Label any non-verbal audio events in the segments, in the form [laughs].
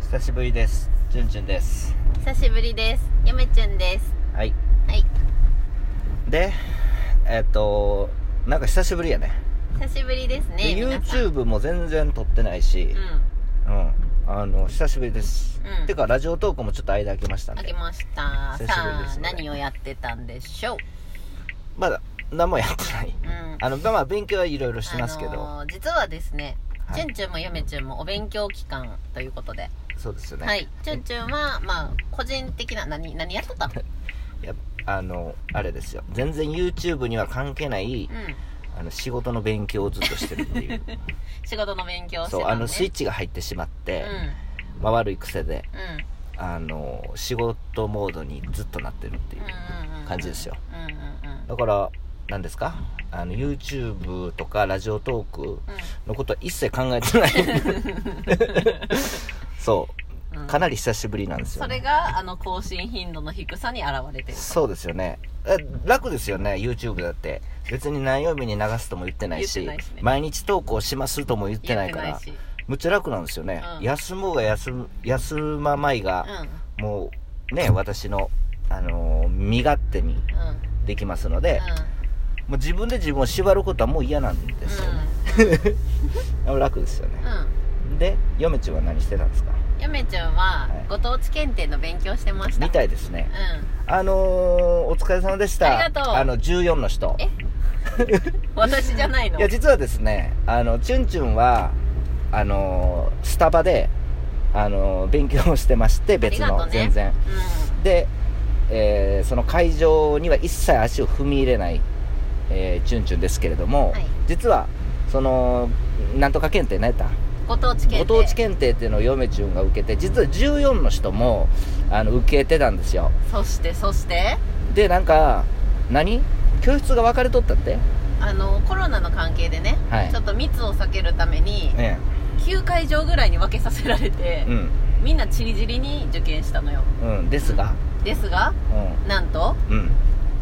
久しぶりですじゅんじゅんです久しぶりですゆめちゅんですはいはいでえっ、となんか久しぶりやね久しぶりですでね皆さん YouTube も全然撮ってないしううんん、あの久しぶりです、うんてかラジオトークもちょっと間空きましたんあでけました久しぶりですねさあ何をやってたんでしょうまだ何もやってないうんあのまあ勉強はいろいろしてますけど、あのー実はですねはいちゅんちゅんもゆめちゅんもお勉強期間ということで、そうですよね、はいちゅんちゅんはまあ個人的な何何やってたのいやあのあれですよ全然 YouTube には関係ないうんあの仕事の勉強をずっとしてるって [laughs] いう仕事の勉強をしてそうたあの、ね、のスイッチが入ってしまっうてん、まあ、悪い癖でうんあの仕事モードにずっとなってるっていううんうんうん感じですようんうんうんだから何ですかあの YouTube とかラジオトークのことは一切考えてない [laughs] そうかなり久しぶりなんですよ、そねれがあの更新頻度の低さに現れてるそうですよねえ楽ですよね YouTube だって別に何曜日に流すとも言ってないし言ってないしね毎日投稿しますとも言って言っないてかないらしむっちゃ楽なんですよね、うん休もうが休む休まないが、うもうね私の、あのー身勝手にんうんできますので、うもう自分で自分を縛ることはもう嫌なんでんすよね、楽ですよねう、んで嫁ちんは何してたんですかうんやめちゃんははいご当地検定の勉強してましたみたいですねうあのー、お疲れ様でしたありがとうの14の人えん私じゃないのいや実はですねあのチュンチュンはあのースタバであのー勉強をしてまして別ありがとの、うね全然で、えーその会場には一切足を踏み入れない、えー、チュンチュンですけれども、はい実はそのなんとか検定何やったうんご当地検定ご当地検定っていうのを嫁チュンが受けて実は14の人もあの受けてたんですよそしてそしてでなんか何教室が分かれとったってあのコロナの関係でね、はいちょっと密を避けるためにえ9会場ぐらいに分けさせられえて、うんみんなちりぢりに受験したのようんですがですがなんとうん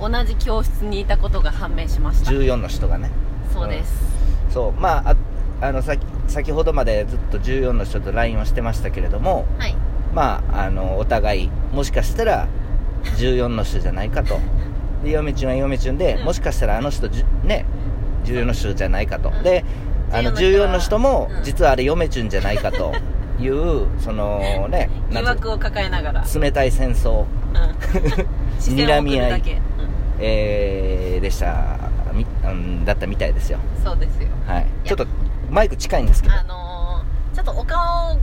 うん同じ教室にいたことが判明しました14の人がねそうです、そうまあああの先先ほどまでずっと14の人と LINE をしてましたけれどもはいまああのお互いもしかしたら14の人じゃないかとで嫁ちゅんは嫁ちゅんで、うんもしかしたらあの人じゅね14の人じゃないかと、うんであの14 14のの人人も、うん実はあれ嫁ちゅんじゃないかというそのね [laughs] 疑なん惑を抱えな [laughs] がら、冷たい戦争、う [laughs] ん、視線を送るだけ、うえーでしたみ、うん、だったみたいですよん、そうですよはいいちょやっとマイク近いんですけどあのーちょっとお顔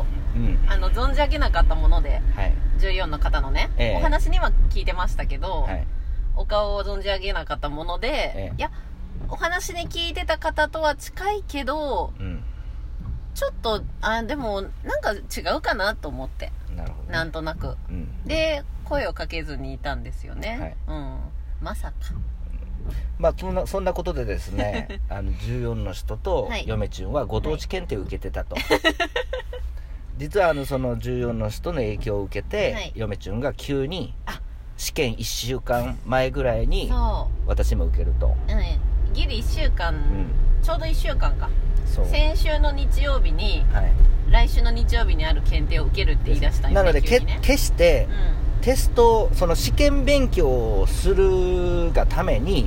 をうんあの存じ上げなかったものではい14の方のね、ええお話には聞いてましたけど、はいお顔を存じ上げなかったもので、ええいやお話に聞いてた方とは近いけどうんちょっとあでもなんか違うかなと思ってなるほどね、なんとなくうん、で声をかけずにいたんですよね、うんまさかまあそんなそんなことでです [laughs] ねあの14の人とはい嫁ちゅんはご当地検定を受けてた [laughs] と、実はあのその14の人の影響を受けて、はい嫁ちゅんが急にあ試験1週間前ぐらいにそ私も受けるとう、うん、ギリ1週間、うんちょうど1週間かそう先週の日曜日にはい来週の日曜日にある検定を受けるって言い出したんなよねので、急けにね決してうんテストその試験勉強をするがために、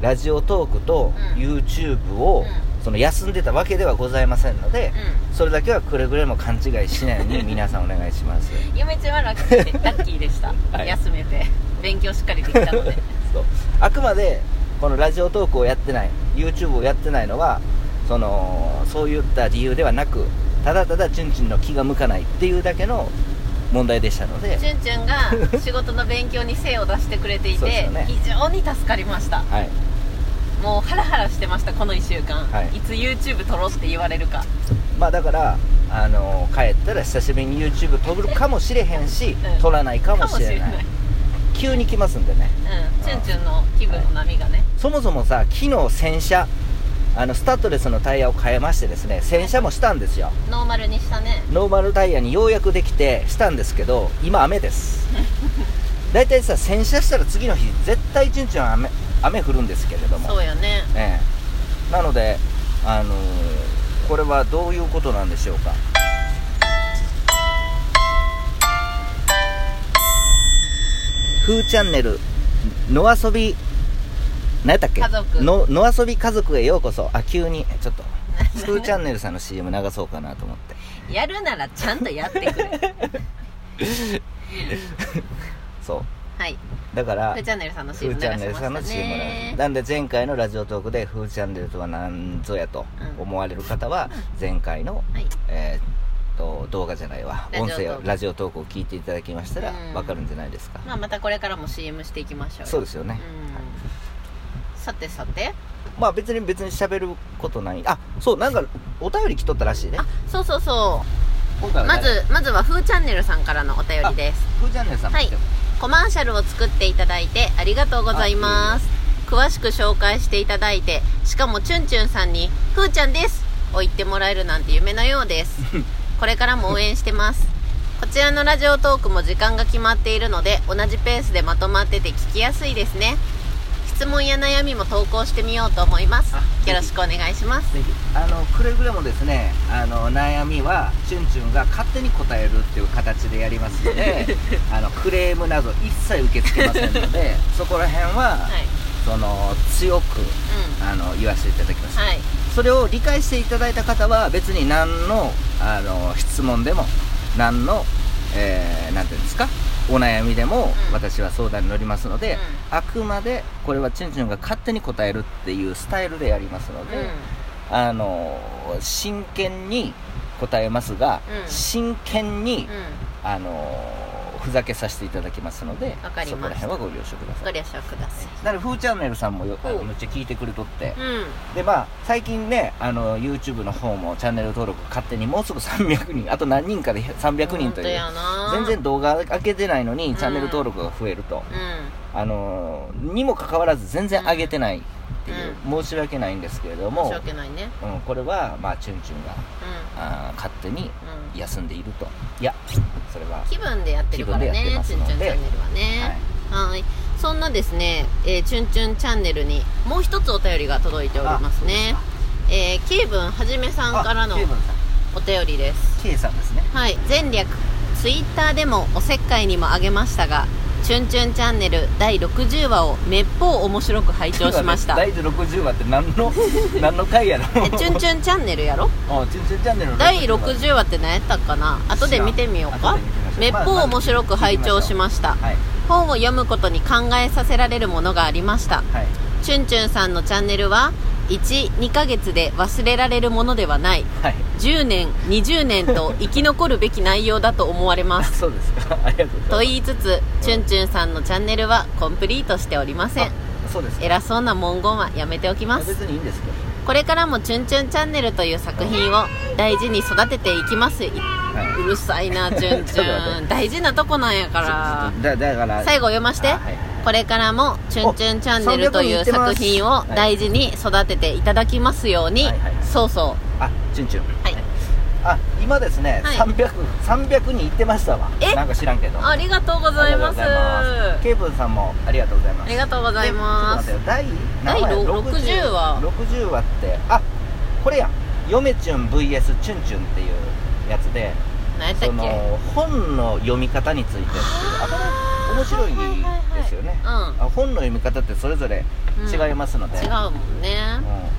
ラジオトークとうん YouTube を、うその休んでたわけではございませんので、うそれだけはくれぐれも勘違いしないように皆さんお願いしますんうんゆめちゃんはラッキーでラッキーでした、はい休めて勉強しっかりできたの [laughs] でそうあくまでこのラジオトークをやってない YouTube をやってないのはそのそういった理由ではなくただただチュンチュンの気が向かないっていうだけの問題でしたのでちゅんちゅんが仕事の勉強に精を出してくれていそうですて、よね非常に助かりましたはいもうハラハラしてましたこの1週間、はいい、つ YouTube 撮ろうって言われるかまあだからあの帰ったら久しぶりに YouTube 撮るかもしれへんし、うん撮らないかもかもししれれなないい急に来ますんでねうんちゅんちゅんの気分の波がね、そもそもさ昨日洗車あのスタッドレスのタイヤを変えましてですね洗車もしたんですよノーマルにしたねノーマルタイヤにようやくできてしたんですけど今雨です [laughs] 大体さ洗車したら次の日絶対一日は雨雨降るんですけれども、そうよねええなのであのーこれはどういうことなんでしょうかフーチャンネル、の遊び、何やったっけ家族の、の遊び家族へようこそ。あ、急に、ちょ [laughs] っと、フーチャンネルさんの CM 流そうかなと思って。やるならちゃんとやってくれそはい、う。だからフー、チャンネルさんのフ CM ーチャ流しまンネルしさたんの CM ねなんで前回のラジオトークでフーチャンネルとは何ぞやとうん思われる方は前回の、はいえーっと動画じゃないわラ音ジオトーク声をラジオトークを聞いていただきましたらうんわかるんじゃないですか、まあまたこれからも CM していきましょうそうでですよね、んさてさてまあ別に別に喋ることないあそうなんかお便り来とったらしいねあそうそうそ今回うはま誰ずまずはフーチャンネルさんからのお便りですフーチャンネルさんも来てはコマーシャルを作っていただいてありがとうございます詳しく紹介していただいてしかもチュンチュンさんに「ふーちゃんです」を言ってもらえるなんて夢のよう [laughs] ですこれからも応援してますこちらのラジオトークも時間が決まっているので同じペースでまとまってて聞きやすいですね質問や悩みも投稿してみようと思いますあよろしくお願いしますぜひあのくれぐれもですねあの悩みはチュンチュンが勝手に答えるっていう形でやりますの [laughs] であのクレームなど一切受け付けませんのでそこら辺は、はいその強くうあの言わせていただきましんた、はいそれを理解していただいた方は別に何のあの質問でも何の、えーなんていうんですかお悩みでもうん私は相談に乗りますので、あくまでこれはチュンチュンが勝手に答えるっていうスタイルでやりますのうで、んうんあの真剣に答えますが、うん真剣に、うんあのふざけさせていただきますのでわかりそましたこら辺はご了承くださごい了承くださいなのでフーチャンネルさんもよあのうんめっちゃ聞いてくれとってうんでまあ最近ねあの YouTube の方もチャンネル登録勝手にもうすぐ300人あと何人かで300人と本い当うやな全然動画開けてないのんにチャンネル登録が増えると、うんあのにもかかわらず全然上げてないっていう、申し訳ないんですけれど申もし訳ないねうん、これは、まあ、チュンチュンがうあー勝手にんうん休んでいるといやそれは、は気分でやってるから気分でやってねまチすュンのチでュンチャンネルはねはいそんなですね、えーチュンチュンチャンネルにもう一つお便りが届いておりますねあえー、ケイブンはじめさんからのあケイブンさお便りですんケイさんですねはい前略ツイッターでもおせっかいにもあげましたが「チュンチュンチャンネル」第60話をめっぽう面白く拝聴し [laughs] ました大事60話って何 [laughs] の何の回やろえチュンチュンチャンネルやろ [laughs] あチュンチュンチャンネルの第60話60話って何やったかな後で見てみようか後で見てみましょうめっぽう面白く拝聴しましたはい本を読むことに考えさせられるものがありましたはいチュンチュンさんのチャンネルは12ヶ月で忘れられるものではないはい10年20年と生き残るべき内容だと思われまあすそうです [laughs] かありがとうごとざい言いつつチュンチュンさんのチャンネルはコンプリートしておりまますせんあそうですか偉そうな文言はやめておきまいやす別にいいんですけどこれからも「チュンチュンチャンネル」という作品を大事に育てていきますいうはいるさいなチュンチちょっと待っュン大事なとこなん [laughs] やからちょっとだだから最後読まして、あはいこれからも「チュンチュンチャンネル」という作品を大事に育てていただきますように、はいはいはいそうそあチュンチュンうはいあ今ですね、はい300 300人行ってましたわえなんか知らんけどありがとうごありがとざいうごますあケイブンさんもありがとうございますりがとうございますでちょっと待ってよ第第何ろ60話60話ってあこれやん嫁チュン VS チュンチュンっていうやつで何やったっそけうんの本の読み方についてっていうあこれ面白いですよね、あ本の読み方ってそれぞれ違いますので、違うもんね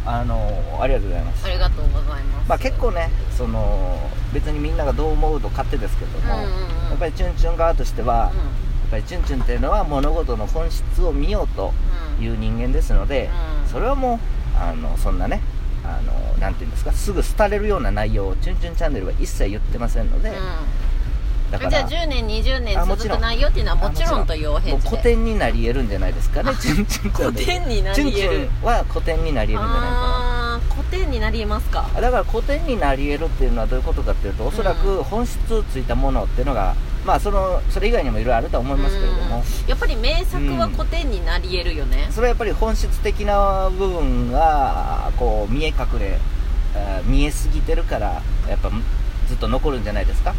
うんあのありがとうございますありがとうございますまあ、結構ねその別にみんながどう思うと勝手ですけどうんうも、んうんやっぱりチュンチュン側としては、やっぱりチュンチュンっていうのは物事の本質を見ようとうんいう人間ですので、うんそれはもうあのそんなねあのなんていうんですかすぐ廃れるような内容を「チュンチュンチャンネル」は一切言ってませんので、だかうんじらゃあ10年20年あも続ちろくん内容っていうのはもちろあんというおも返う事古で典になり得るんじゃないですかね「チュンチュンチャンネル」典になチュりンチ得るュンは古典になり得るんじゃないかなあー古典になりますかだから古典になり得るっていうのはどういうことかっていうとおそらく本質をついたものっていうのが、まあそのそれ以外にもいろいろあるとは思いますけれども、うんやっぱり名作は古典になり得るよね、それはやっぱり本質的な部分がこう見え隠れあー見えすぎてるからやっぱずっと残るんじゃないですか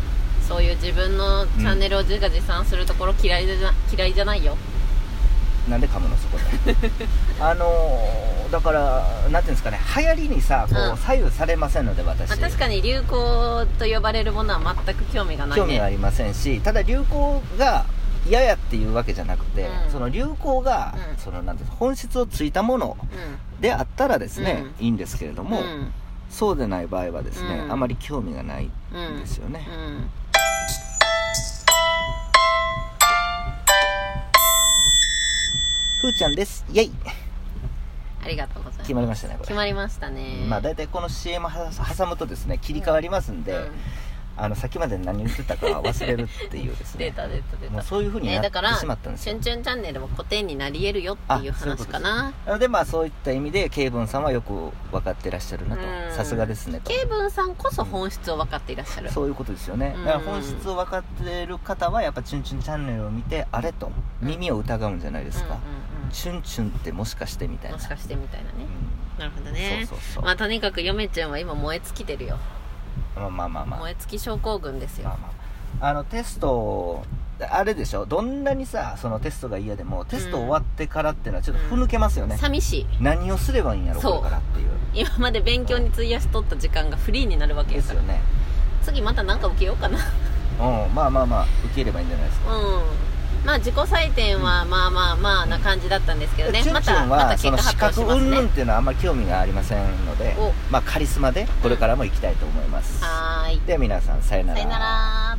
そういう自分のチャンネルを自画自賛するところ嫌いじゃ嫌いじゃないよなんで噛むの [laughs] そこであのーだからなんていうんですかね流行りにさこうんう左右されませんので私、まあ、確かに流行と呼ばれるものは全く興味がない興ね味はありませんしただ流行が嫌やっていうわけじゃなくて、うんその流行が、うんそのなんていうの本質をついたものであったらですね、いいんですけれどうんも、うんそうでない場合はですね、うんあまり興味がないんうんですよね、うんふーちゃんですイエイありがとうございます決まりましたねこ決れまりましたねまあ大体この CM は挟むとですね切り替わりますんで、うんあのさっきまで何言ってたかは忘れるっていうです出ねた出た出もうたそういうふうにえなっーてだからしまったん「ですチよュンチュンチャンネル」も古典になり得るよっていうあそういうこと話かななのでまあそういった意味でケイブンさんはよく分かってらっしゃるなとうんさすがですねとケイブンさんこそ本質を分かっていらっしゃるそういうことですよねうんだから本質を分かってる方はやっぱ「チュンチュンチャンネル」を見てあれと耳を疑うんじゃないですかうんうん「チュンチュン」ってもしかしてみたういなんもしかしてみたいなねうなるほどんねそうそうそうまあとにかくヨメちゃんは今燃え尽きてるよまあまあまあまあ燃え尽き症候群ですまあよまああのテストあれでしょどんなにさそのテストが嫌でもテスト終わってからっていうのはちょっとふぬけますよね、寂しい何をすればいいんやろこそうれからっていう今まで勉強に費やしとった時間がフリーになるわけでやすからよね次また何か受けよう [laughs] かなうんまあまあまあ受ければいいんじゃないですかうんまあ自己採点はまあまあまあな感じだったんですけどねチュまンチュたンまたは結その果資発表格し云ます々っねていうのはあんまり興味がありませんのでおまあカリスマでこれからも行きたいと思います、はーいでは皆さんさよなさよなら